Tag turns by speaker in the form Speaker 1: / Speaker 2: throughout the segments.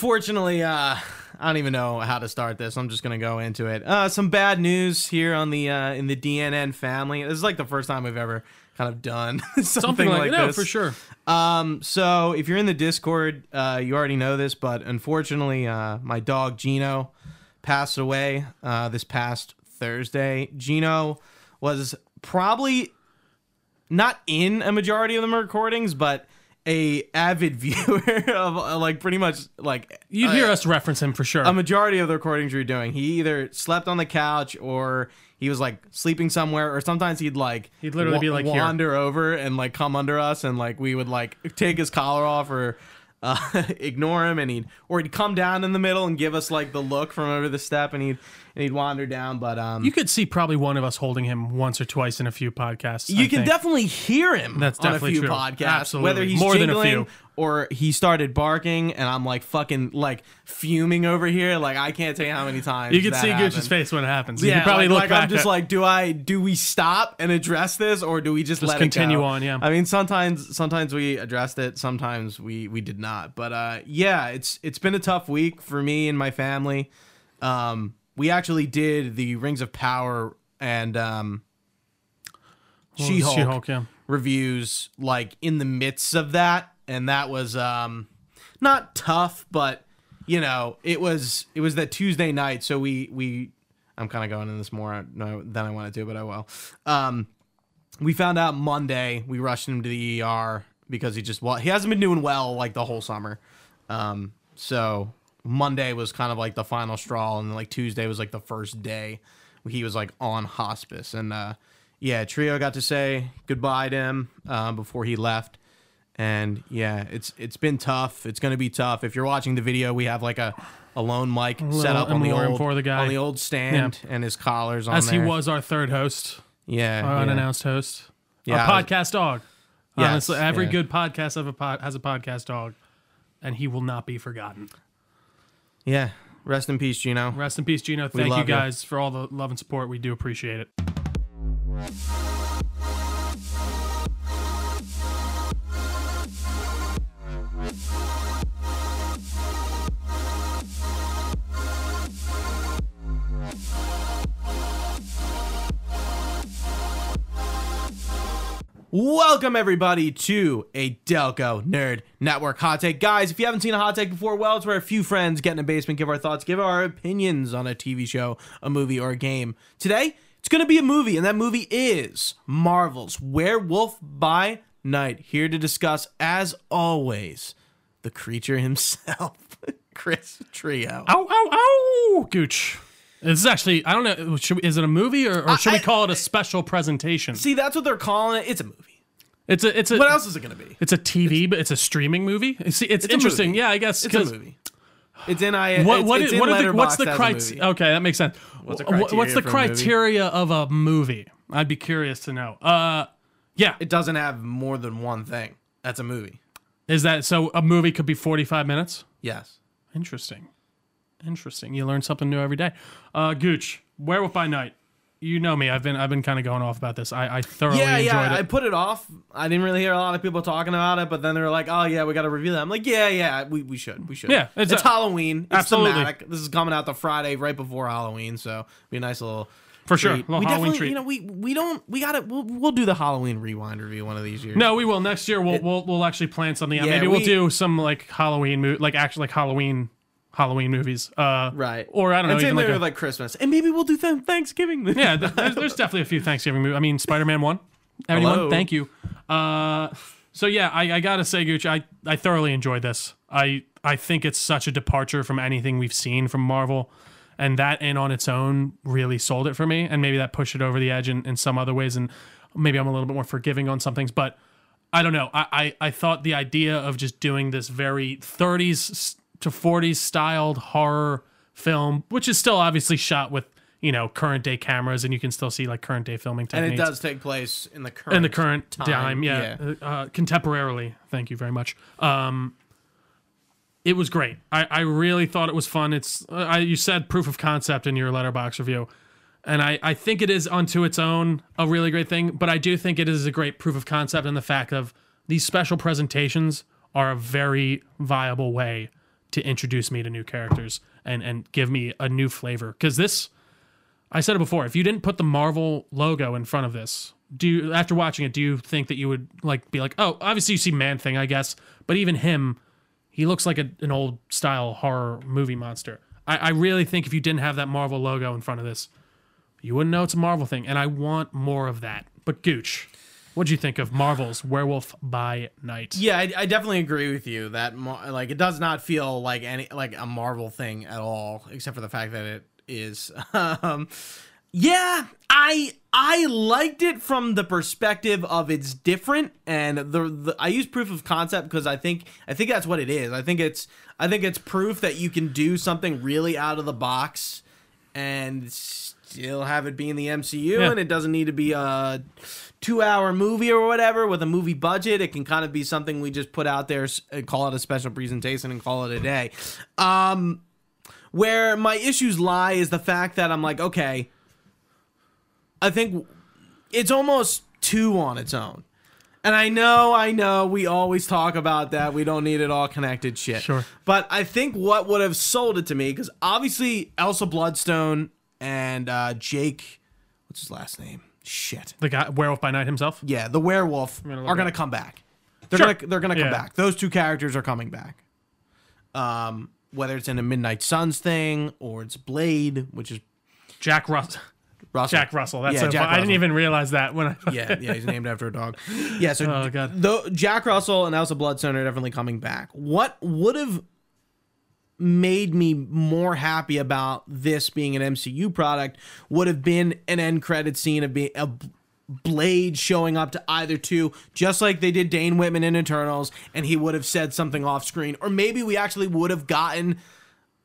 Speaker 1: Unfortunately, uh, I don't even know how to start this. I'm just gonna go into it. Uh, some bad news here on the uh, in the DNN family. This is like the first time we've ever kind of done something,
Speaker 2: Something like, that,
Speaker 1: this.
Speaker 2: for sure.
Speaker 1: Um, so if you're in the Discord, uh, you already know this, but unfortunately, uh, my dog Gino passed away uh, this past Thursday. Gino was probably not in a majority of the recordings, but a avid viewer of uh, like pretty much like
Speaker 2: You'd
Speaker 1: uh,
Speaker 2: hear us reference him for sure.
Speaker 1: a majority of the recordings we were doing. He either slept on the couch or he was like sleeping somewhere, or sometimes he'd like
Speaker 2: He'd literally be, like, here.
Speaker 1: wander over and like come under us, and like we would like take his collar off or uh, ignore him, and he'd or he'd come down in the middle and give us like the look from over the step, and he'd and he'd wander down. But um,
Speaker 2: you could see probably one of us holding him once or twice in a few podcasts.
Speaker 1: you
Speaker 2: I
Speaker 1: can
Speaker 2: think.
Speaker 1: definitely hear him
Speaker 2: That's
Speaker 1: on
Speaker 2: definitely
Speaker 1: a few
Speaker 2: true.
Speaker 1: podcasts
Speaker 2: Absolutely.
Speaker 1: whether he's
Speaker 2: More than a
Speaker 1: jingling
Speaker 2: few.
Speaker 1: or he started barking and i'm like fucking like fuming over here like i can't tell you how many times
Speaker 2: You could
Speaker 1: that
Speaker 2: see
Speaker 1: happened.
Speaker 2: Gucci's face when it happens. you
Speaker 1: Yeah,
Speaker 2: could probably
Speaker 1: like,
Speaker 2: look
Speaker 1: like,
Speaker 2: back.
Speaker 1: I'm just
Speaker 2: at-
Speaker 1: like, do I do we stop and address this, or do we just, let it
Speaker 2: continue
Speaker 1: go?
Speaker 2: on, yeah.
Speaker 1: I mean, sometimes sometimes we addressed it, sometimes we we did not. But uh, yeah, it's it's been a tough week for me and my family. Um, we actually did the Rings of Power and um,
Speaker 2: Well,
Speaker 1: She Hulk
Speaker 2: She-Hulk, yeah.
Speaker 1: Oh, reviews like in the midst of that, and that was um, not tough, but you know, it was it was that Tuesday night, so we we I'm kind of going in this more no, than I want to do, but I will. Um, we found out Monday. We rushed him to the ER because he just well, he hasn't been doing well like the whole summer. Um, so Monday was kind of like the final straw, and like Tuesday was like the first day he was like on hospice. And uh, yeah, Trio got to say goodbye to him uh, before he left. And yeah, it's it's been tough. It's gonna be tough. If you're watching the video, we have like a, a lone mic set up on the
Speaker 2: memoriam
Speaker 1: old
Speaker 2: for the guy.
Speaker 1: on the old stand and his collars on
Speaker 2: As he
Speaker 1: there.
Speaker 2: was our third host,
Speaker 1: yeah,
Speaker 2: our
Speaker 1: yeah.
Speaker 2: unannounced host,
Speaker 1: Yeah, I
Speaker 2: our
Speaker 1: was-
Speaker 2: podcast dog.
Speaker 1: Yes,
Speaker 2: Honestly, every
Speaker 1: yeah.
Speaker 2: good podcast have a pod, has a podcast dog, and he will not be forgotten.
Speaker 1: Yeah. Rest in peace, Gino.
Speaker 2: Rest in peace, Gino. Thank you
Speaker 1: love you.
Speaker 2: guys for all the love and support. We do appreciate it.
Speaker 1: Welcome everybody to a Delco Nerd Network hot take. Guys, if you haven't seen a hot take before, well, it's where a few friends get in a basement, give our thoughts, give our opinions on a TV show, a movie, or a game. Today, it's going to be a movie, and that movie is Marvel's Werewolf by Night. Here to discuss, as always, the creature himself, Chris Trio.
Speaker 2: Ow, ow, ow, Gooch. This is actually, I don't know, should we, is it a movie or, or should
Speaker 1: I-
Speaker 2: we call it a special presentation?
Speaker 1: See, that's what they're calling it. It's a movie.
Speaker 2: It's a, it's a,
Speaker 1: What else is it going to be?
Speaker 2: It's a TV, but it's a streaming movie. See, it's,
Speaker 1: a
Speaker 2: interesting.
Speaker 1: movie.
Speaker 2: Yeah, I guess.
Speaker 1: It's a
Speaker 2: 'cause
Speaker 1: movie. It's in I.
Speaker 2: What,
Speaker 1: it's,
Speaker 2: what,
Speaker 1: it's
Speaker 2: is-
Speaker 1: in
Speaker 2: what are the,
Speaker 1: Letterboxd
Speaker 2: what's the
Speaker 1: as a
Speaker 2: criteria? Uh,
Speaker 1: movie.
Speaker 2: Okay, that makes sense.
Speaker 1: the
Speaker 2: Wh- wh-
Speaker 1: criteria
Speaker 2: What's
Speaker 1: for
Speaker 2: the
Speaker 1: a movie?
Speaker 2: criteria of a movie? I'd be curious to know. Uh, yeah,
Speaker 1: It doesn't have more than one thing. That's a movie.
Speaker 2: is that so? A movie could be forty-five minutes.
Speaker 1: Yes.
Speaker 2: Interesting, interesting. You learn something new every day. Uh, Gooch, Werewolf by Night. You know me. I've been I've been kind of going off about this. I, I thoroughly
Speaker 1: Yeah,
Speaker 2: Oh, enjoyed
Speaker 1: yeah. I
Speaker 2: it.
Speaker 1: put it off. I didn't really hear a lot of people talking about it, but then they were like, "Oh yeah, we got to review that." I'm like, "Yeah, yeah, we, we should, we should."
Speaker 2: Yeah,
Speaker 1: it's,
Speaker 2: it's a-
Speaker 1: Halloween. It's
Speaker 2: Absolutely.
Speaker 1: thematic. This is coming out the Friday right before Halloween, so be a nice little
Speaker 2: For sure,
Speaker 1: treat.
Speaker 2: little
Speaker 1: we
Speaker 2: Halloween
Speaker 1: definitely,
Speaker 2: treat.
Speaker 1: you know, we we don't we got to we'll, we'll do the Halloween rewind review one of these years.
Speaker 2: No, we will next year. We'll we'll, we'll actually plan something out.
Speaker 1: Yeah,
Speaker 2: Maybe we'll
Speaker 1: we-
Speaker 2: do some like Halloween movie, like actually like Halloween Halloween movies. Uh,
Speaker 1: right?
Speaker 2: Or I don't know.
Speaker 1: And same
Speaker 2: Even like,
Speaker 1: thing
Speaker 2: a,
Speaker 1: with like Christmas, and maybe we'll do th- Thanksgiving.
Speaker 2: yeah, th- there's, there's definitely a few Thanksgiving movies. I mean, Spider Man One. Everyone,
Speaker 1: Hello.
Speaker 2: thank you. Uh, so yeah, I, I gotta say, Gooch, I I thoroughly enjoyed this. I I think it's such a departure from anything we've seen from Marvel. And that in on its own really sold it for me. And maybe that pushed it over the edge in, in some other ways. And maybe I'm a little bit more forgiving on some things. But I don't know. I, I, I thought the idea of just doing this very 30s s- to 40s styled horror film, which is still obviously shot with, you know, current day cameras and you can still see like current day filming
Speaker 1: and
Speaker 2: techniques.
Speaker 1: it does take place in the current
Speaker 2: In the current time,
Speaker 1: time,
Speaker 2: yeah. Uh, contemporarily. Thank you very much. Um, it was great. I, I really thought it was fun. It's uh, I, you said proof of concept in your letterbox review, and I, I think it is unto its own a really great thing. But I do think it is a great proof of concept in the fact of these special presentations are a very viable way to introduce me to new characters and and give me a new flavor. Because this, I said it before, if you didn't put the Marvel logo in front of this, do you, after watching it, do you think that you would like be like, oh, obviously you see Man Thing, I guess, but even him, he looks like a, an old style horror movie monster. I, I really think if you didn't have that Marvel logo in front of this, you wouldn't know it's a Marvel thing. And I want more of that. But Gooch, what'd you think of Marvel's Werewolf by Night?
Speaker 1: Yeah, I, I definitely agree with you that Mar- like it does not feel like any like a Marvel thing at all, except for the fact that it is. Um, yeah, I I liked it from the perspective of it's different, and the, the I use proof of concept because I think I think that's what it is. I think it's I think it's proof that you can do something really out of the box and still have it be in the MCU,
Speaker 2: Yeah.
Speaker 1: and it doesn't need to be a two-hour movie or whatever with a movie budget. It can kind of be something we just put out there, s- and call it a special presentation, and call it a day. Um, where my issues lie is the fact that I'm like, okay, I think it's almost two on its own. And I know, I know, we always talk about that. We don't need it all connected shit.
Speaker 2: Sure.
Speaker 1: But I think what would have sold it to me, because obviously Elsa Bloodstone and uh, Jake, what's his last name? Shit.
Speaker 2: The guy Werewolf by Night himself.
Speaker 1: Yeah, the werewolf
Speaker 2: gonna look
Speaker 1: are
Speaker 2: it
Speaker 1: going to
Speaker 2: up.
Speaker 1: come back. They're
Speaker 2: Sure.
Speaker 1: gonna they're gonna come
Speaker 2: Yeah.
Speaker 1: back. Those two characters are coming back. Um, whether it's in a Midnight Suns thing or it's Blade, which is
Speaker 2: Jack Russell.
Speaker 1: Russell.
Speaker 2: Jack Russell. That's
Speaker 1: Yeah,
Speaker 2: so
Speaker 1: Jack
Speaker 2: fun. I didn't
Speaker 1: Russell.
Speaker 2: even realize that when I
Speaker 1: yeah, yeah, he's named after a dog. Yeah, so
Speaker 2: Oh, God.
Speaker 1: though Jack Russell and Elsa Bloodstone are definitely coming back. What would have made me more happy about this being an MCU product would have been an end credit scene of being a Blade showing up to either two, just like they did Dane Whitman in Eternals, and he would have said something off screen, or maybe we actually would have gotten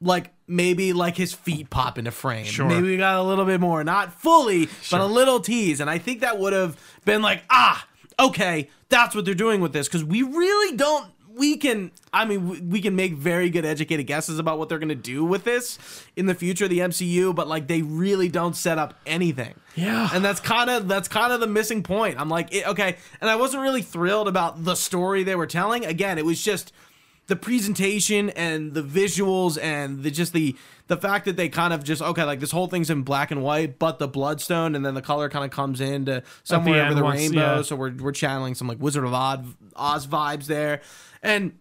Speaker 1: like maybe like his feet pop into frame.
Speaker 2: Sure.
Speaker 1: Maybe we got a little bit more, not fully, but a little tease. And I think that would have been like, ah, okay, that's what they're doing with this because we really don't. We can, I mean, we- we can make very good educated guesses about what they're going to do with this in the future of the MCU, but like they really don't set up anything.
Speaker 2: Yeah.
Speaker 1: And that's kind of that's kind of the missing point. I'm like, it, okay, and I wasn't really thrilled about the story they were telling. Again, it was just the presentation and the visuals and the just the the fact that they kind of just okay like this whole thing's in black and white but the bloodstone and then the color kind of comes into somewhere
Speaker 2: end
Speaker 1: over the
Speaker 2: once-
Speaker 1: rainbow
Speaker 2: yeah.
Speaker 1: so we're we're channeling some like wizard of oz, oz vibes there and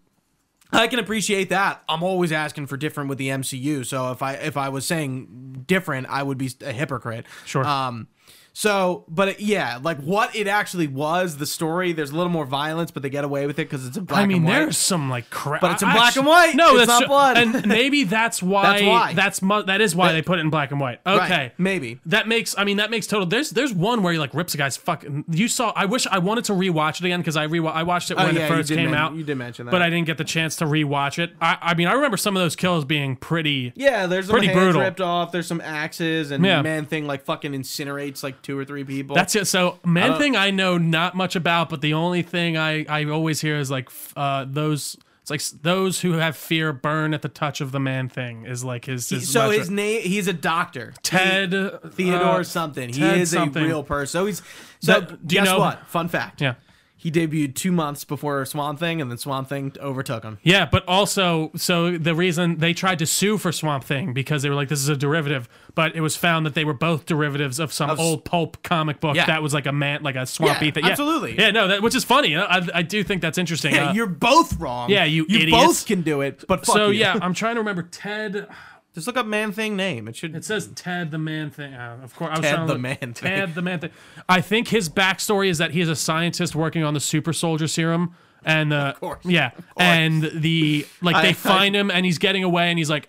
Speaker 1: I can appreciate that. I'm always asking for different with the MCU. So if I if I was saying different, I would be a hypocrite.
Speaker 2: Sure.
Speaker 1: Um so but it- yeah, like what it actually was, the story, there's a little more violence, but they get away with it cuz it's in black
Speaker 2: I mean,
Speaker 1: and white.
Speaker 2: there's some like crap, Ah,
Speaker 1: But it's in black and white.
Speaker 2: No,
Speaker 1: It's
Speaker 2: that's
Speaker 1: not blood.
Speaker 2: and maybe that's why.
Speaker 1: That's
Speaker 2: that's
Speaker 1: why.
Speaker 2: why. That's mu- that is why they put it in black and white. Okay,
Speaker 1: Right, maybe.
Speaker 2: that makes. I mean, that makes total. There's there's one where he like rips a guy's fucking. You saw. I wish I wanted to rewatch it again because I rewa- I watched it when
Speaker 1: Oh, yeah,
Speaker 2: it
Speaker 1: you
Speaker 2: first
Speaker 1: did
Speaker 2: came
Speaker 1: men-
Speaker 2: out.
Speaker 1: you did mention that.
Speaker 2: but I didn't get the chance to rewatch it. I I mean, I remember some of those kills being pretty.
Speaker 1: Yeah, there's some
Speaker 2: Pretty
Speaker 1: hands
Speaker 2: brutal.
Speaker 1: ripped off. There's some axes, and
Speaker 2: Yeah.
Speaker 1: man thing like fucking incinerates like two or three people.
Speaker 2: That's it. So man thing I know not much about, but the only thing I, I always hear is like f- uh, those it's like s- those who have fear burn at the touch of the man thing is like his, his
Speaker 1: so
Speaker 2: mantra.
Speaker 1: his name. He's a doctor,
Speaker 2: Ted
Speaker 1: Theodore
Speaker 2: uh,
Speaker 1: something. He
Speaker 2: Ted
Speaker 1: is
Speaker 2: something.
Speaker 1: a real person. So he's so.
Speaker 2: That- do you
Speaker 1: guess
Speaker 2: know-
Speaker 1: what? Fun fact.
Speaker 2: Yeah.
Speaker 1: He debuted two months before Swamp Thing, and then Swamp Thing overtook him.
Speaker 2: Yeah, but also, so the reason they tried to sue for Swamp Thing because they were like, this is a derivative, but it was found that they were both derivatives of some old pulp comic book
Speaker 1: Yeah.
Speaker 2: that was like a man, like a swampy
Speaker 1: Yeah,
Speaker 2: thing. Yeah,
Speaker 1: absolutely.
Speaker 2: Yeah, no, that which is funny. I, I do think that's interesting.
Speaker 1: Yeah,
Speaker 2: Uh,
Speaker 1: you're both wrong.
Speaker 2: yeah, you
Speaker 1: you
Speaker 2: idiots.
Speaker 1: both can do it, but fuck
Speaker 2: so
Speaker 1: you.
Speaker 2: yeah, I'm trying to remember Ted.
Speaker 1: just look up Man Thing name. It should.
Speaker 2: It says Ted the Man Thing. Uh, of course, I was
Speaker 1: Ted
Speaker 2: trying to
Speaker 1: the
Speaker 2: look-
Speaker 1: Man Thing.
Speaker 2: Ted the Man Thing. I think his backstory is that he is a scientist working on the super soldier serum, and uh, of
Speaker 1: course,
Speaker 2: yeah, and the like
Speaker 1: I-
Speaker 2: they find him and he's getting away and he's like,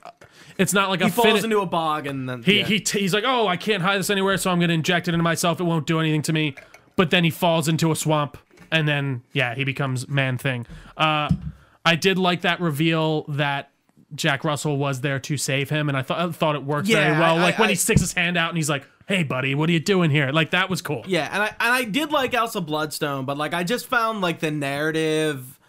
Speaker 2: it's not like a
Speaker 1: he falls
Speaker 2: fini-
Speaker 1: into a bog, and then
Speaker 2: he,
Speaker 1: yeah.
Speaker 2: he t- he's like, oh, I can't hide this anywhere, so I'm gonna inject it into myself. It won't do anything to me. But then he falls into a swamp, and then yeah, he becomes man thing. Uh, I did like that reveal that Jack Russell was there to save him, and I thought I thought it worked
Speaker 1: Yeah,
Speaker 2: very well.
Speaker 1: I-
Speaker 2: like
Speaker 1: I-
Speaker 2: when
Speaker 1: I-
Speaker 2: he sticks his hand out and he's like, hey, buddy, what are you doing here? Like that was cool.
Speaker 1: Yeah, and I and I did like Elsa Bloodstone, but like I just found like the narrative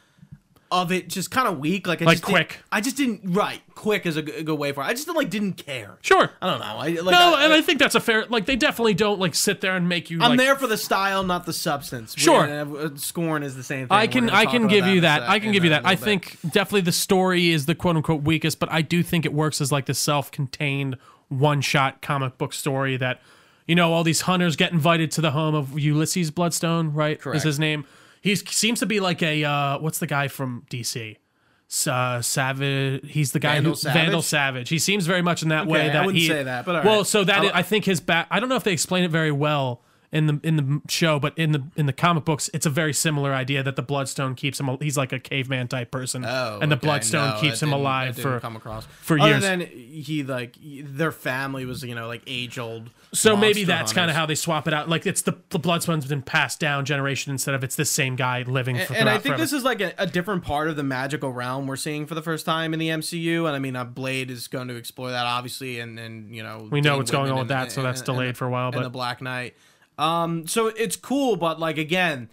Speaker 1: of it just kind of weak. Like I
Speaker 2: Like
Speaker 1: just didn't-
Speaker 2: quick.
Speaker 1: I just didn't. Right, quick is a g- a good way for it. I just like didn't care.
Speaker 2: Sure.
Speaker 1: I don't know. I like.
Speaker 2: No,
Speaker 1: I,
Speaker 2: and I think that's a fair. Like they definitely don't like sit there and make you.
Speaker 1: am
Speaker 2: like,
Speaker 1: there for the style, not the substance. We-
Speaker 2: Sure.
Speaker 1: uh, Scorn is the same thing.
Speaker 2: I
Speaker 1: We're
Speaker 2: can
Speaker 1: gonna
Speaker 2: I
Speaker 1: talk
Speaker 2: can
Speaker 1: about
Speaker 2: give you
Speaker 1: in a
Speaker 2: that.
Speaker 1: sec-
Speaker 2: I can
Speaker 1: in
Speaker 2: give you
Speaker 1: a
Speaker 2: that. I
Speaker 1: little bit.
Speaker 2: think definitely the story is the quote unquote weakest, but I do think it works as like this self contained one shot comic book story that you know all these hunters get invited to the home of Ulysses Bloodstone, right? Is
Speaker 1: Correct.
Speaker 2: his name? He seems to be like a uh, what's the guy from DC? S- Uh, Savage. He's the guy
Speaker 1: Vandal
Speaker 2: who Vandal
Speaker 1: Savage?
Speaker 2: Savage. He seems very much in that way.
Speaker 1: I
Speaker 2: That
Speaker 1: wouldn't
Speaker 2: he-
Speaker 1: say that, but all
Speaker 2: well,
Speaker 1: right.
Speaker 2: so that i I think his back. I don't know if they explain it very well in the in the show, but in the in the comic books, it's a very similar idea that the Bloodstone keeps him. al- He's like a caveman type person,
Speaker 1: Oh,
Speaker 2: and the
Speaker 1: okay,
Speaker 2: Bloodstone
Speaker 1: no,
Speaker 2: keeps
Speaker 1: I
Speaker 2: him
Speaker 1: didn't- I
Speaker 2: alive
Speaker 1: didn't
Speaker 2: for.
Speaker 1: come across
Speaker 2: for
Speaker 1: Other
Speaker 2: years.
Speaker 1: than he like their family was you know like age old.
Speaker 2: So maybe that's kind of how they swap it out. Like it's the the Bloodstone's been passed down generation instead of it's the same guy living. for
Speaker 1: And I
Speaker 2: throughout
Speaker 1: think
Speaker 2: forever.
Speaker 1: this is like a, a different part of the magical realm we're seeing for the first time in the MCU. And I mean, uh, Blade is going to explore that obviously, and and you know
Speaker 2: we know what's going on with that, so that's delayed for a while.
Speaker 1: And the
Speaker 2: But
Speaker 1: Black Knight. Um, so it's cool, but like again,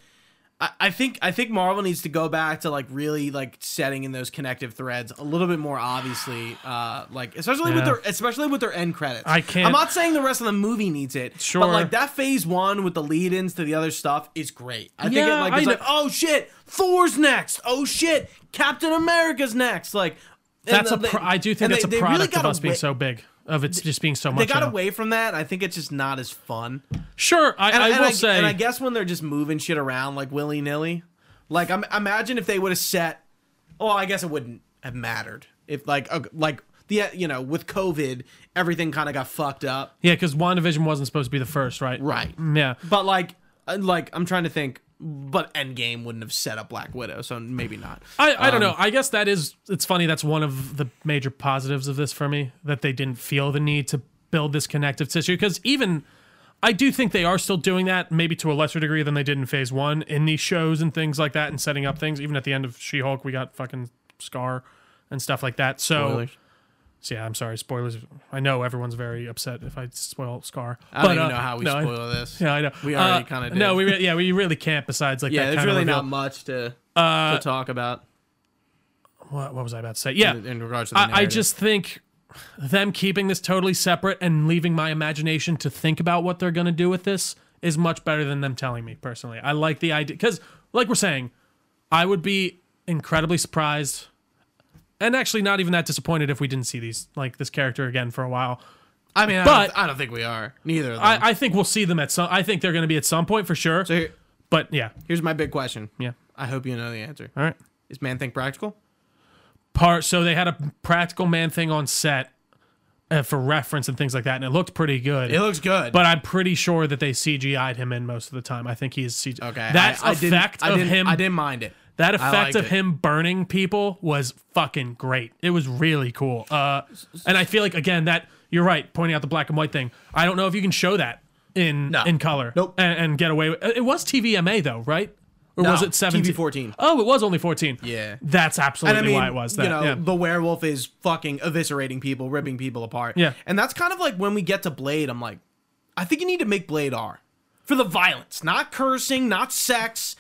Speaker 1: I, I think I think Marvel needs to go back to like really like setting in those connective threads a little bit more obviously. Uh, like especially with
Speaker 2: Yeah.
Speaker 1: their especially with their end credits.
Speaker 2: I can't-
Speaker 1: I'm not saying the rest of the movie needs it.
Speaker 2: Sure.
Speaker 1: But like that phase one with the lead-ins to the other stuff is great. I think
Speaker 2: Yeah,
Speaker 1: it like it's
Speaker 2: I
Speaker 1: like oh shit, Thor's next. Oh shit, Captain America's next. Like. and
Speaker 2: that's a.
Speaker 1: the-
Speaker 2: Pro- I do think
Speaker 1: and
Speaker 2: that's
Speaker 1: they- they
Speaker 2: a
Speaker 1: really
Speaker 2: product of
Speaker 1: got
Speaker 2: us being
Speaker 1: away-
Speaker 2: so big. Of it's just being so
Speaker 1: They
Speaker 2: much.
Speaker 1: got
Speaker 2: now.
Speaker 1: away from that. I think it's just not as fun.
Speaker 2: Sure, I,
Speaker 1: And
Speaker 2: I
Speaker 1: and
Speaker 2: will say.
Speaker 1: and I guess when they're just moving shit around like willy nilly, like I'm, imagine if they would have set. Oh, I guess it wouldn't have mattered if like uh, like the you know with COVID everything kind of got fucked up.
Speaker 2: Yeah, because WandaVision wasn't supposed to be the first, right?
Speaker 1: Right.
Speaker 2: Yeah.
Speaker 1: But like uh, like I'm trying to think. But Endgame wouldn't have set up Black Widow, so maybe not.
Speaker 2: I, I don't
Speaker 1: Um,
Speaker 2: know. I guess that is, it's funny. That's one of the major positives of this for me that they didn't feel the need to build this connective tissue. Because even, I do think they are still doing that, maybe to a lesser degree than they did in phase one in these shows and things like that and setting up things. Even at the end of She Hulk, we got fucking Scar and stuff like that. So, so yeah, I'm sorry. Spoilers. I know everyone's very upset if I spoil Scar.
Speaker 1: I don't
Speaker 2: But,
Speaker 1: even
Speaker 2: uh,
Speaker 1: know how we
Speaker 2: no, I-
Speaker 1: spoil this.
Speaker 2: Yeah, I know. Uh,
Speaker 1: We already kinda did.
Speaker 2: No, we re- yeah, we really can't. Besides, like
Speaker 1: yeah,
Speaker 2: that
Speaker 1: there's
Speaker 2: kind
Speaker 1: really
Speaker 2: of reveal.
Speaker 1: not much to to talk about
Speaker 2: what, what was I about to say? Uh, Yeah,
Speaker 1: in, in regards to the
Speaker 2: I, I
Speaker 1: narrative.
Speaker 2: just think them keeping this totally separate and leaving my imagination to think about what they're gonna do with this is much better than them telling me personally. I like the idea because, like we're saying, I would be incredibly surprised and actually not even that disappointed if we didn't see these like this character again for a while.
Speaker 1: I mean, I,
Speaker 2: but-
Speaker 1: don't, I don't think we are neither of them.
Speaker 2: I, I think we'll see them at some. I think they're gonna be at some point for sure.
Speaker 1: Um, so here-
Speaker 2: but yeah,
Speaker 1: here's my big question.
Speaker 2: yeah.
Speaker 1: I hope you know the answer.
Speaker 2: All right.
Speaker 1: Is Man Think Practical?
Speaker 2: part so they had a practical man thing on set uh, for reference and things like that and it looked pretty good
Speaker 1: It looks good.
Speaker 2: but I'm pretty sure that they CGI'd him in most of the time. I think he's CGI.
Speaker 1: okay,
Speaker 2: That
Speaker 1: I, I didn't-
Speaker 2: effect
Speaker 1: I
Speaker 2: of
Speaker 1: didn't-
Speaker 2: him.
Speaker 1: I didn't mind it.
Speaker 2: that
Speaker 1: liked
Speaker 2: effect of
Speaker 1: it.
Speaker 2: him burning people was fucking great. It was really cool. Uh, and I feel like again that you're right pointing out the black and white thing. I don't know if you can show that in
Speaker 1: No.
Speaker 2: in color.
Speaker 1: Nope.
Speaker 2: And, and get away with it. Was TVMA though, right? Or
Speaker 1: No,
Speaker 2: was it 17?
Speaker 1: TV14.
Speaker 2: Oh, it was only 14.
Speaker 1: Yeah.
Speaker 2: That's
Speaker 1: And
Speaker 2: absolutely
Speaker 1: I mean,
Speaker 2: why it was that.
Speaker 1: you know,
Speaker 2: yeah.
Speaker 1: the werewolf is fucking eviscerating people, ripping people apart.
Speaker 2: Yeah.
Speaker 1: and that's kind of like when we get to Blade. I'm like, I think you need to make Blade R for the violence, not cursing, not sex.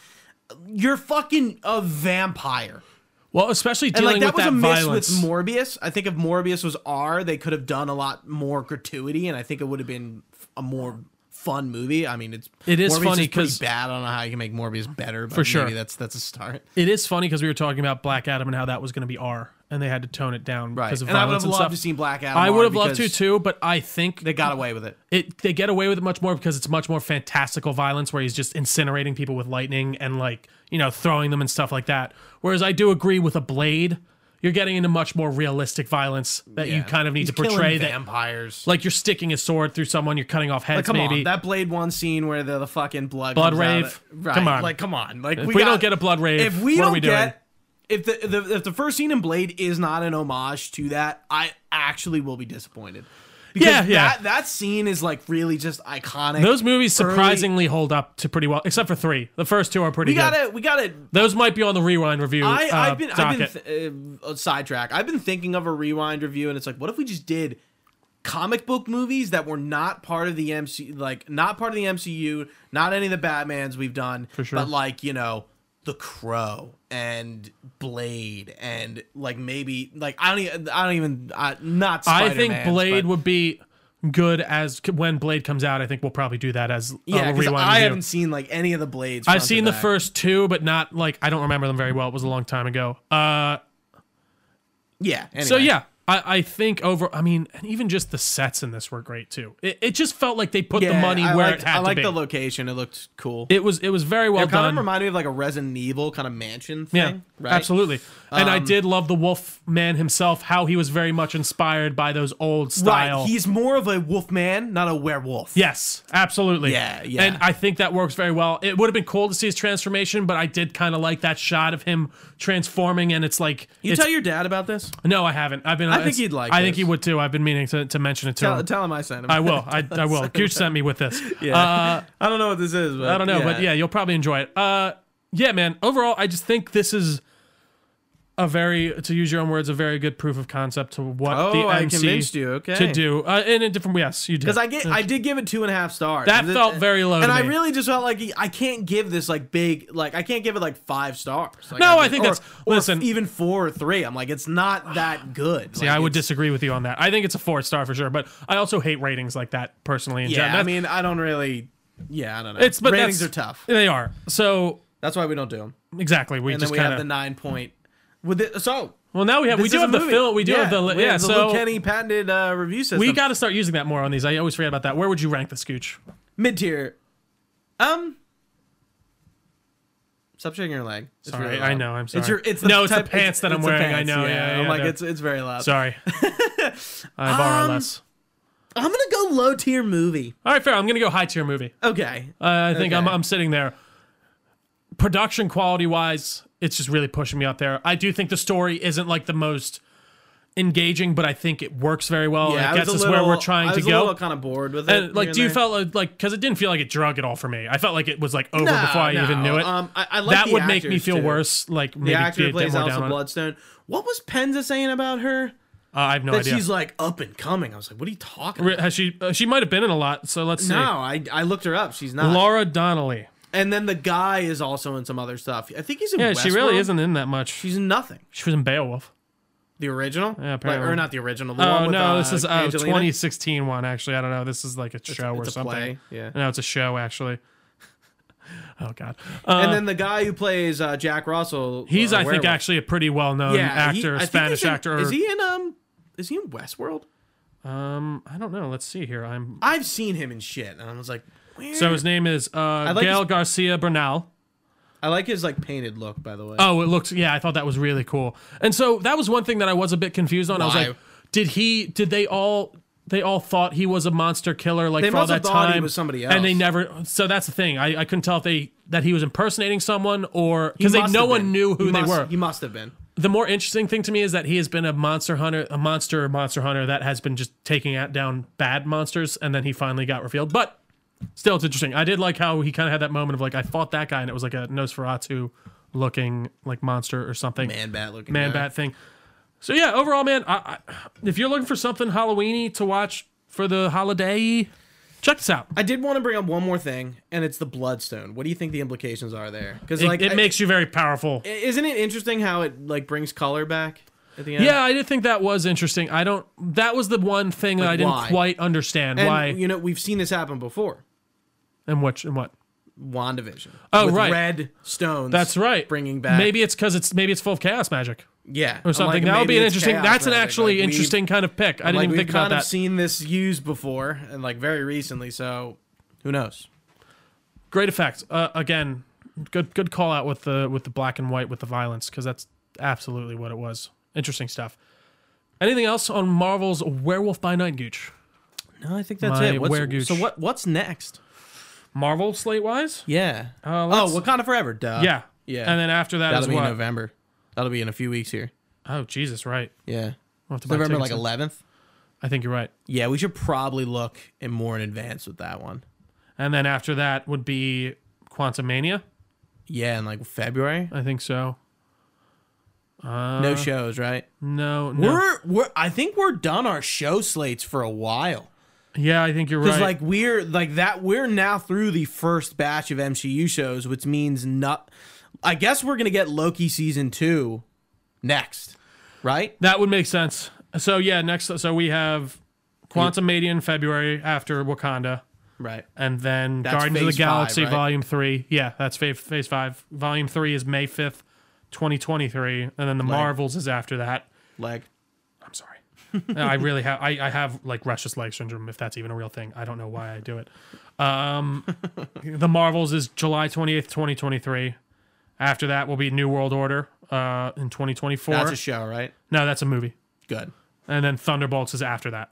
Speaker 1: You're fucking a vampire.
Speaker 2: Well, especially
Speaker 1: And like
Speaker 2: dealing
Speaker 1: that
Speaker 2: with
Speaker 1: was
Speaker 2: that
Speaker 1: a miss
Speaker 2: violence.
Speaker 1: with Morbius. I think if Morbius was R, they could have done a lot more gratuity, and I think it would have been f- a more fun movie. I mean, it's
Speaker 2: It is
Speaker 1: Morbius pretty
Speaker 2: funny 'cause-
Speaker 1: bad. I don't know how you can make Morbius better, but
Speaker 2: For sure.
Speaker 1: maybe that's that's a start.
Speaker 2: it is funny because we were talking about Black Adam and how that was going to be R, and they had to tone it down
Speaker 1: Right,
Speaker 2: because of
Speaker 1: and I would have
Speaker 2: violence and
Speaker 1: loved
Speaker 2: stuff.
Speaker 1: to see Black Adam.
Speaker 2: I
Speaker 1: R
Speaker 2: would have loved to
Speaker 1: because
Speaker 2: too, but I think
Speaker 1: They got away with it.
Speaker 2: it they get away with it much more because it's much more fantastical violence where he's just incinerating people with lightning and like you know throwing them and stuff like that. Whereas I do agree with a blade, you're getting into much more realistic violence that you
Speaker 1: Yeah.
Speaker 2: kind of need
Speaker 1: He's
Speaker 2: to portray
Speaker 1: killing
Speaker 2: that
Speaker 1: vampires.
Speaker 2: like you're sticking a sword through someone, you're cutting off heads
Speaker 1: Like, come
Speaker 2: maybe.
Speaker 1: on, that Blade One scene where the, the fucking blood
Speaker 2: Blood
Speaker 1: comes out
Speaker 2: rave?
Speaker 1: of- right?
Speaker 2: Come on.
Speaker 1: like come on, like
Speaker 2: if we, don't get a blood rave,
Speaker 1: if we
Speaker 2: what
Speaker 1: don't
Speaker 2: are we doing?
Speaker 1: get if the, the if the first scene in Blade is not an homage to that, I actually will be disappointed. Because
Speaker 2: Yeah, yeah.
Speaker 1: That, that scene is like really just iconic.
Speaker 2: Those movies
Speaker 1: Early-
Speaker 2: surprisingly hold up to pretty well, except for three. The first two are pretty
Speaker 1: we
Speaker 2: good.
Speaker 1: gotta we gotta.
Speaker 2: Those might be on the rewind review.
Speaker 1: I,
Speaker 2: uh,
Speaker 1: I've been I've been
Speaker 2: docket.
Speaker 1: th- uh, sidetrack. I've been thinking of a rewind review, and it's like, what if we just did comic book movies that were not part of the MCU, like not part of the MCU, not any of the Batman's we've done,
Speaker 2: sure.
Speaker 1: but like you know, The Crow and Blade and like maybe like I don't even I don't even I, not
Speaker 2: I
Speaker 1: Spider-Man.
Speaker 2: think Blade
Speaker 1: but-
Speaker 2: would be good as when Blade comes out. I think we'll probably do that as
Speaker 1: yeah,
Speaker 2: a
Speaker 1: 'cause
Speaker 2: rewind.
Speaker 1: I
Speaker 2: review.
Speaker 1: haven't seen like any of the Blades. front
Speaker 2: I've
Speaker 1: to
Speaker 2: seen the
Speaker 1: back.
Speaker 2: first two, but not like I don't remember them very well. It was a long time ago. Uh,
Speaker 1: Yeah.
Speaker 2: so
Speaker 1: anyway.
Speaker 2: yeah, I, I think over. I mean, and even just the sets in this were great too. It, it just felt like they put the
Speaker 1: Yeah,
Speaker 2: money
Speaker 1: I
Speaker 2: where
Speaker 1: liked,
Speaker 2: it had
Speaker 1: I liked
Speaker 2: to be.
Speaker 1: the location. It looked cool.
Speaker 2: it was it was very well
Speaker 1: It kind
Speaker 2: done.
Speaker 1: of reminded me of like a Resident Evil kind of mansion thing.
Speaker 2: yeah,
Speaker 1: right?
Speaker 2: absolutely. And I
Speaker 1: Um,
Speaker 2: did love the Wolf Man himself. How he was very much inspired by those old style.
Speaker 1: Right. He's more of a wolf man, not a werewolf.
Speaker 2: Yes, absolutely.
Speaker 1: Yeah, yeah.
Speaker 2: And I think that works very well. It would have been cool to see his transformation, but I did kind of like that shot of him transforming, and it's like
Speaker 1: You
Speaker 2: it's-
Speaker 1: tell your dad about this.
Speaker 2: no, I haven't. I've been.
Speaker 1: I think
Speaker 2: it's-
Speaker 1: he'd like
Speaker 2: I think
Speaker 1: this.
Speaker 2: he would too. I've been meaning to, to mention it to
Speaker 1: Tell,
Speaker 2: him.
Speaker 1: tell him I sent him.
Speaker 2: I will. I, I will. Gooch sent me with this.
Speaker 1: Yeah.
Speaker 2: Uh,
Speaker 1: I don't know what this is. But
Speaker 2: I don't know, but yeah, you'll probably enjoy it. Uh, yeah, man. Overall, I just think this is a very, to use your own words, a very good proof of concept to what
Speaker 1: Oh,
Speaker 2: the
Speaker 1: I
Speaker 2: MC
Speaker 1: convinced you, okay.
Speaker 2: to do uh, in a different. Yes, you did.
Speaker 1: Because I get, I did give it two and a half stars.
Speaker 2: That
Speaker 1: And it-
Speaker 2: felt very low
Speaker 1: and
Speaker 2: to
Speaker 1: I
Speaker 2: me.
Speaker 1: really just felt like I can't give this like big, like I can't give it like five stars. Like,
Speaker 2: No,
Speaker 1: just-
Speaker 2: I think
Speaker 1: or-
Speaker 2: that's-
Speaker 1: or
Speaker 2: listen.
Speaker 1: even four or three. I'm like, it's not that good.
Speaker 2: See, I would disagree with you on that. I think it's a four star for sure, but I also hate ratings like that personally. In
Speaker 1: Yeah,
Speaker 2: general.
Speaker 1: I mean, I don't really. Yeah, I don't know.
Speaker 2: it's but
Speaker 1: ratings are
Speaker 2: that's-
Speaker 1: tough.
Speaker 2: They are. So
Speaker 1: That's why we don't do them.
Speaker 2: exactly, we
Speaker 1: And then
Speaker 2: just
Speaker 1: we
Speaker 2: kind
Speaker 1: have the
Speaker 2: of.
Speaker 1: nine point. With it, so
Speaker 2: Well, now we have we
Speaker 1: this
Speaker 2: do
Speaker 1: is
Speaker 2: have
Speaker 1: a
Speaker 2: the
Speaker 1: movie.
Speaker 2: film. We do have the li-
Speaker 1: we
Speaker 2: yeah.
Speaker 1: have the
Speaker 2: so
Speaker 1: Luke Kenny patented uh, review system.
Speaker 2: we got to start using that more on these. I always forget about that. Where would you rank the Scooch?
Speaker 1: mid tier. Um, stop shaking your leg. It's
Speaker 2: Sorry,
Speaker 1: really
Speaker 2: I
Speaker 1: loud.
Speaker 2: know. I'm sorry.
Speaker 1: It's your. It's the
Speaker 2: no, it's
Speaker 1: type-
Speaker 2: the pants that I'm
Speaker 1: it's the
Speaker 2: wearing.
Speaker 1: pants,
Speaker 2: I know. Yeah, yeah,
Speaker 1: I'm like
Speaker 2: no.
Speaker 1: it's it's very loud.
Speaker 2: sorry. I
Speaker 1: Um,
Speaker 2: borrow less.
Speaker 1: I'm gonna go low tier movie.
Speaker 2: All right, fair. I'm gonna go high tier movie.
Speaker 1: Okay.
Speaker 2: Uh, I think I'm,
Speaker 1: Okay.
Speaker 2: I'm sitting there. Production quality wise, it's just really pushing me up there. I do think the story isn't like the most engaging, but I think it works very well.
Speaker 1: yeah,
Speaker 2: and
Speaker 1: I was
Speaker 2: it gets
Speaker 1: a
Speaker 2: us
Speaker 1: little-
Speaker 2: where we're trying
Speaker 1: I
Speaker 2: to
Speaker 1: was A little
Speaker 2: go.
Speaker 1: kind of bored with it.
Speaker 2: And like, do you felt like because it didn't feel like it drug at all for me. I felt like it was like over before I even knew it.
Speaker 1: Um, I, I like
Speaker 2: that
Speaker 1: the
Speaker 2: would make me
Speaker 1: actors,
Speaker 2: feel
Speaker 1: too.
Speaker 2: worse. Like maybe
Speaker 1: The actor
Speaker 2: get-
Speaker 1: who
Speaker 2: get
Speaker 1: plays
Speaker 2: more
Speaker 1: Alice
Speaker 2: down on it.
Speaker 1: Bloodstone. What was Penza saying about her?
Speaker 2: Uh, I have no
Speaker 1: That
Speaker 2: idea.
Speaker 1: she's like up and coming. I was like, what are you talking about?
Speaker 2: Re- Has she? Uh, she might have been in a lot. So let's
Speaker 1: No, I, I looked her up. She's
Speaker 2: see.
Speaker 1: not.
Speaker 2: Laura Donnelly.
Speaker 1: and then the guy is also in some other stuff. I think he's in.
Speaker 2: Yeah, she really
Speaker 1: Westworld.
Speaker 2: isn't in that much.
Speaker 1: She's in nothing.
Speaker 2: she was in Beowulf.
Speaker 1: The original,
Speaker 2: Yeah,
Speaker 1: like,
Speaker 2: apparently.
Speaker 1: or not the original. The one
Speaker 2: Oh
Speaker 1: with,
Speaker 2: no,
Speaker 1: uh,
Speaker 2: this is uh,
Speaker 1: Angelina.
Speaker 2: 2016 one actually. I don't know. This is like a show or
Speaker 1: it's a
Speaker 2: something.
Speaker 1: play, yeah.
Speaker 2: No, it's a show actually. oh god.
Speaker 1: And then the guy who plays uh, Jack Russell,
Speaker 2: He's
Speaker 1: uh,
Speaker 2: I think
Speaker 1: werewolf.
Speaker 2: actually a pretty well known
Speaker 1: yeah, he-
Speaker 2: actor,
Speaker 1: I think
Speaker 2: Spanish
Speaker 1: he's in-
Speaker 2: actor.
Speaker 1: Is he in um? Is he in Westworld?
Speaker 2: Um, I don't know. Let's see here. I'm.
Speaker 1: I've seen him in shit, and I was like, where?
Speaker 2: So his name is uh,
Speaker 1: like
Speaker 2: Gail Garcia Bernal.
Speaker 1: I like his like painted look, by the way.
Speaker 2: Oh, it looked yeah, I thought that was really cool. And so that was one thing that I was a bit confused on. I was
Speaker 1: Why?
Speaker 2: like, did he did they all they all thought he was a monster killer like
Speaker 1: They
Speaker 2: for all
Speaker 1: must have
Speaker 2: that
Speaker 1: thought he
Speaker 2: time
Speaker 1: was somebody
Speaker 2: and they
Speaker 1: else.
Speaker 2: never so that's the thing I, I couldn't tell if they that he was impersonating someone or because
Speaker 1: He
Speaker 2: they
Speaker 1: must
Speaker 2: no
Speaker 1: have
Speaker 2: one
Speaker 1: been.
Speaker 2: knew who
Speaker 1: He
Speaker 2: they
Speaker 1: must-
Speaker 2: were
Speaker 1: He must have been.
Speaker 2: the more interesting thing to me is that he has been a monster hunter, a monster monster hunter that has been just taking out down bad monsters, and then he finally got revealed. But still, it's interesting. I did like how he kind of had that moment of like, I fought that guy, and it was like a Nosferatu looking like monster or something,
Speaker 1: Man bat looking.
Speaker 2: man
Speaker 1: guy.
Speaker 2: bat thing. So yeah, overall, man, I, I, if you're looking for something Halloweeny to watch for the holiday, check this out.
Speaker 1: I did want to bring up one more thing, and it's the bloodstone. What do you think the implications are there? Because
Speaker 2: It,
Speaker 1: like,
Speaker 2: it
Speaker 1: I-
Speaker 2: makes you very powerful.
Speaker 1: isn't it interesting how it like brings color back at the end?
Speaker 2: yeah, I did think that was interesting. I don't. That was the one thing that I didn't
Speaker 1: why?
Speaker 2: quite understand
Speaker 1: and,
Speaker 2: why
Speaker 1: You know, we've seen this happen before.
Speaker 2: and what and what.
Speaker 1: Wandavision.
Speaker 2: Oh,
Speaker 1: with
Speaker 2: right.
Speaker 1: Red stones.
Speaker 2: That's right.
Speaker 1: Bringing back
Speaker 2: Maybe it's because it's maybe it's full of chaos magic
Speaker 1: yeah
Speaker 2: or something. that would be an interesting. That's an actually interesting kind of pick. I didn't
Speaker 1: like
Speaker 2: even
Speaker 1: we've
Speaker 2: think
Speaker 1: kind
Speaker 2: about
Speaker 1: of
Speaker 2: that.
Speaker 1: seen this used before and like very recently. So who knows?
Speaker 2: Great effect. Uh, again, good good call out with the with the black and white with the violence because that's absolutely what it was. Interesting stuff. Anything else on Marvel's Werewolf by Night Gooch?
Speaker 1: No, I think that's
Speaker 2: My
Speaker 1: it.
Speaker 2: wergooch.
Speaker 1: What's, so what? What's next?
Speaker 2: Marvel slate wise?
Speaker 1: Yeah.
Speaker 2: Uh,
Speaker 1: oh,
Speaker 2: let's-
Speaker 1: Wakanda Forever. Duh.
Speaker 2: yeah,
Speaker 1: Uh, Yeah.
Speaker 2: And then after that
Speaker 1: That'll
Speaker 2: is
Speaker 1: be
Speaker 2: what?
Speaker 1: November. That'll be in a few weeks here.
Speaker 2: Oh Jesus, right.
Speaker 1: Yeah.
Speaker 2: We'll have to buy
Speaker 1: November like
Speaker 2: tickets.
Speaker 1: 11th.
Speaker 2: I think you're right.
Speaker 1: Yeah, we should probably look in more in advance with that one.
Speaker 2: And then after that would be Quantum Mania.
Speaker 1: Yeah, in like February.
Speaker 2: I think so.
Speaker 1: no shows, right?
Speaker 2: No, Uh, no.
Speaker 1: We're we're I think we're done our show slates for a while.
Speaker 2: yeah, I think you're
Speaker 1: Because
Speaker 2: right.
Speaker 1: like we're like that we're now through the first batch of MCU shows, which means not I guess we're gonna get Loki season two next, right?
Speaker 2: That would make sense. So yeah, next so we have Quantum Media in February after Wakanda,
Speaker 1: Right.
Speaker 2: and then
Speaker 1: That's
Speaker 2: Guardians of the
Speaker 1: phase five,
Speaker 2: Galaxy
Speaker 1: right?
Speaker 2: Volume Three. Yeah, that's phase, phase five. Volume Three is May fifth, twenty twenty three, and then the Marvels is after that.
Speaker 1: Like
Speaker 2: I'm sorry. I really have I, I have like restless leg syndrome if that's even a real thing. I don't know why I do it. Um, the Marvels is July 28th, 2023. After that will be New World Order uh, in 2024.
Speaker 1: that's a show, right?
Speaker 2: no, that's a movie.
Speaker 1: Good.
Speaker 2: And then Thunderbolts is after that.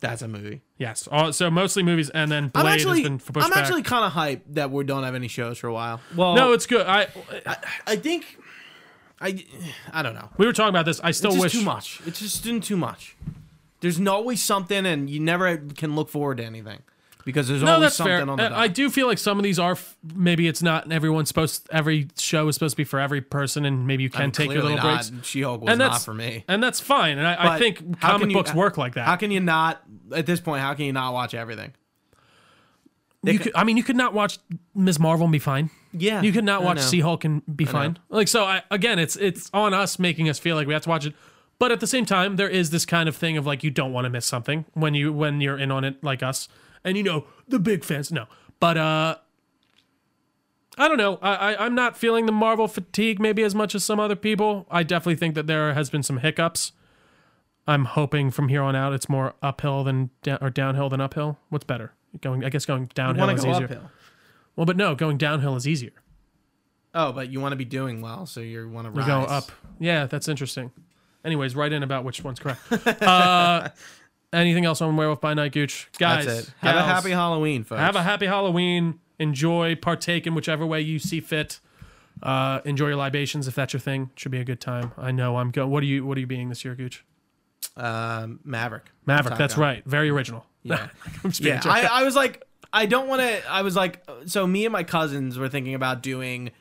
Speaker 1: That's a movie.
Speaker 2: Yes. Uh, so mostly movies and then Blade
Speaker 1: I'm actually,
Speaker 2: has been pushed
Speaker 1: I'm
Speaker 2: back.
Speaker 1: actually kind of hyped that we don't have any shows for a while. Well,
Speaker 2: no, it's good. I
Speaker 1: I think, I, I don't know.
Speaker 2: we were talking about this. I still
Speaker 1: It's just
Speaker 2: wish
Speaker 1: too much. It's just doing too much. There's no- always something, and you never can look forward to anything because there's
Speaker 2: No,
Speaker 1: always
Speaker 2: that's
Speaker 1: something
Speaker 2: fair.
Speaker 1: on the.
Speaker 2: I, I
Speaker 1: dock.
Speaker 2: do feel like some of these are f- maybe it's not everyone's supposed. Every show is supposed to be for every person, and maybe you can
Speaker 1: I'm
Speaker 2: take your
Speaker 1: clearly
Speaker 2: little
Speaker 1: not.
Speaker 2: breaks.
Speaker 1: She-Hulk was
Speaker 2: And
Speaker 1: not
Speaker 2: that's
Speaker 1: for me.
Speaker 2: and that's fine. And I, I
Speaker 1: But
Speaker 2: think
Speaker 1: how can
Speaker 2: comic
Speaker 1: you-
Speaker 2: books work like
Speaker 1: How
Speaker 2: that.
Speaker 1: can you not at this point? How can you not watch everything?
Speaker 2: you could, I mean, you could not watch Ms. Marvel and be fine.
Speaker 1: Yeah,
Speaker 2: You could not
Speaker 1: I
Speaker 2: watch
Speaker 1: know.
Speaker 2: Sea Hulk and be fine. Like so, I, again, it's it's on us making us feel like we have to watch it. But at the same time, there is this kind of thing of like you don't want to miss something when you when you're in on it like us, and you know the big fans. No, but uh, I don't know. I, I I'm not feeling the Marvel fatigue maybe as much as some other people. I definitely think that there has been some hiccups. I'm hoping from here on out it's more uphill than down, or downhill than uphill. What's better? Going, I guess going
Speaker 1: You
Speaker 2: downhill
Speaker 1: want
Speaker 2: is
Speaker 1: to go
Speaker 2: easier.
Speaker 1: uphill.
Speaker 2: Well, but no, going downhill is easier.
Speaker 1: Oh, but you want to be doing well, so you want to
Speaker 2: We
Speaker 1: rise.
Speaker 2: go up. Yeah, that's interesting. Anyways, write in about which one's correct. uh, anything else on Werewolf by Night, Gooch? Guys,
Speaker 1: That's it. Have a
Speaker 2: gals,
Speaker 1: happy Halloween, folks.
Speaker 2: have a happy Halloween. Enjoy, partake in whichever way you see fit. Uh, enjoy your libations if that's your thing. Should be a good time. I know I'm going. What are you? What are you being this year, Gooch?
Speaker 1: um, Maverick.
Speaker 2: Maverick.
Speaker 1: Top
Speaker 2: That's
Speaker 1: Gun.
Speaker 2: right. Very original.
Speaker 1: Yeah.
Speaker 2: I'm just being
Speaker 1: Yeah,
Speaker 2: a jerk.
Speaker 1: I, I was like, I don't want to. I was like, so me and my cousins were thinking about doing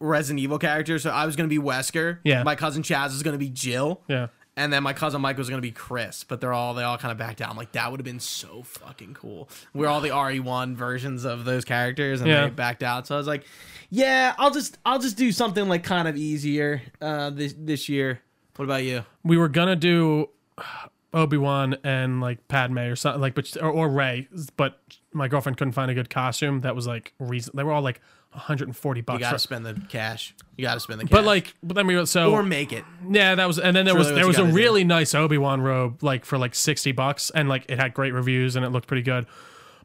Speaker 1: Resident Evil characters. So I was going to be Wesker.
Speaker 2: Yeah.
Speaker 1: My cousin Chaz is going to be Jill.
Speaker 2: yeah.
Speaker 1: And then my cousin Mike was going to be Chris, but they're all they all kind of backed out. I'm like, that would have been so fucking cool. We're all the RE1 versions of those characters, and
Speaker 2: Yeah.
Speaker 1: they backed out. So I was like, yeah, I'll just I'll just do something like kind of easier uh, this this year. What about you?
Speaker 2: we were gonna do Obi Wan and like Padme or something like, but or, or Ray, but my girlfriend couldn't find a good costume that was like reason. They were all like 140 bucks.
Speaker 1: You got to
Speaker 2: for-
Speaker 1: spend the cash. You got to spend the cash.
Speaker 2: but like, but then we went so
Speaker 1: or make it.
Speaker 2: yeah, that was and then there
Speaker 1: It's
Speaker 2: was
Speaker 1: really
Speaker 2: there
Speaker 1: what
Speaker 2: was
Speaker 1: you
Speaker 2: a
Speaker 1: gotta do.
Speaker 2: really nice Obi Wan robe like for like 60 bucks and like it had great reviews and it looked pretty good.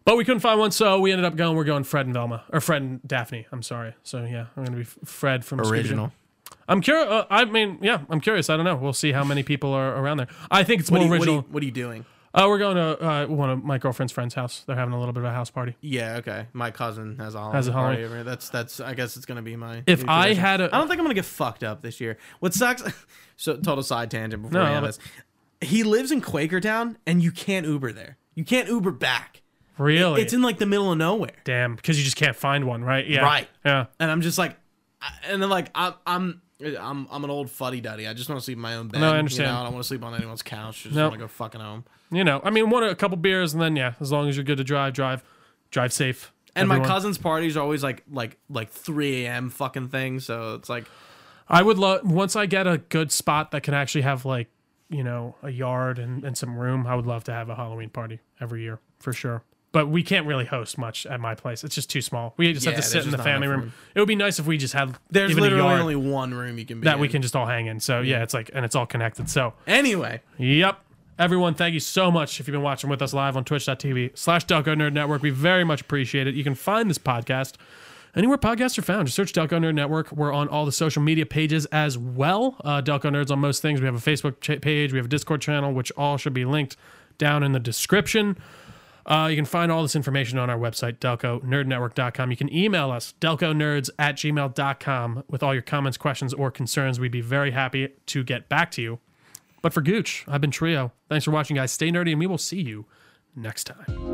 Speaker 2: But we couldn't find one, so we ended up going. We're going Fred and Velma, or Fred and Daphne. I'm sorry. So yeah, I'm gonna be F- Fred from Scooby-Doo. I'm curious. Uh, I mean, yeah, I'm curious. I don't know. We'll see how many people are around there. I think it's
Speaker 1: What
Speaker 2: more
Speaker 1: are, you, what, are
Speaker 2: original.
Speaker 1: you, what are you doing?
Speaker 2: Uh, we're going to uh, one of my girlfriend's friend's house. They're having a little bit of a house party.
Speaker 1: Yeah, okay. My cousin has a holiday.
Speaker 2: Has a holiday.
Speaker 1: party over here. That's that's. I guess it's gonna be my.
Speaker 2: If
Speaker 1: new
Speaker 2: I
Speaker 1: tradition.
Speaker 2: had a-
Speaker 1: I don't think I'm gonna get fucked up this year. What sucks? So total side tangent before
Speaker 2: No,
Speaker 1: we end
Speaker 2: but-
Speaker 1: this. He lives in Quakertown, and you can't Uber there. You can't Uber back.
Speaker 2: Really?
Speaker 1: It's in like the middle of nowhere.
Speaker 2: Damn, because you just can't find one, right? Yeah.
Speaker 1: Right.
Speaker 2: Yeah.
Speaker 1: And I'm just like, I- and then like I'm I'm. I'm I'm an old fuddy duddy. I just want to sleep in my own bed.
Speaker 2: No, I
Speaker 1: You
Speaker 2: understand.
Speaker 1: know? I don't want to sleep on anyone's couch. I just
Speaker 2: No.
Speaker 1: want to go fucking home.
Speaker 2: You know, I mean, one a couple beers and then yeah, as long as you're good to drive, drive, drive safe.
Speaker 1: And my
Speaker 2: everyone.
Speaker 1: cousin's parties are always like like like 3 a.m. fucking thing. So it's like
Speaker 2: I would love once I get a good spot that can actually have like you know a yard and, and some room. I would love to have a Halloween party every year for sure. But we can't really host much at my place. It's just too small. We just
Speaker 1: Yeah,
Speaker 2: have to
Speaker 1: there's
Speaker 2: sit in
Speaker 1: just
Speaker 2: the
Speaker 1: not
Speaker 2: family
Speaker 1: enough
Speaker 2: room.
Speaker 1: room.
Speaker 2: It would be nice if we just had
Speaker 1: There's
Speaker 2: even a
Speaker 1: literally
Speaker 2: yard
Speaker 1: only one room you can be
Speaker 2: that
Speaker 1: in.
Speaker 2: we can just all hang in. So yeah, it's like and it's all connected. So
Speaker 1: Anyway,
Speaker 2: Yep. Everyone, thank you so much if you've been watching with us live on twitch.tv slash Delco Nerd Network. We very much appreciate it. You can find this podcast anywhere podcasts are found. Just search Delco Nerd Network. We're on all the social media pages as well. Uh, Delco Nerds on most things. We have a Facebook cha- page, we have a Discord channel, which all should be linked down in the description. Uh, you can find all this information on our website, delconerdnetwork.com. You can email us, delconerds at gmail.com, with all your comments, questions, or concerns. We'd be very happy to get back to you. But for Gooch, I've been Trio. Thanks for watching, guys. Stay nerdy, and we will see you next time.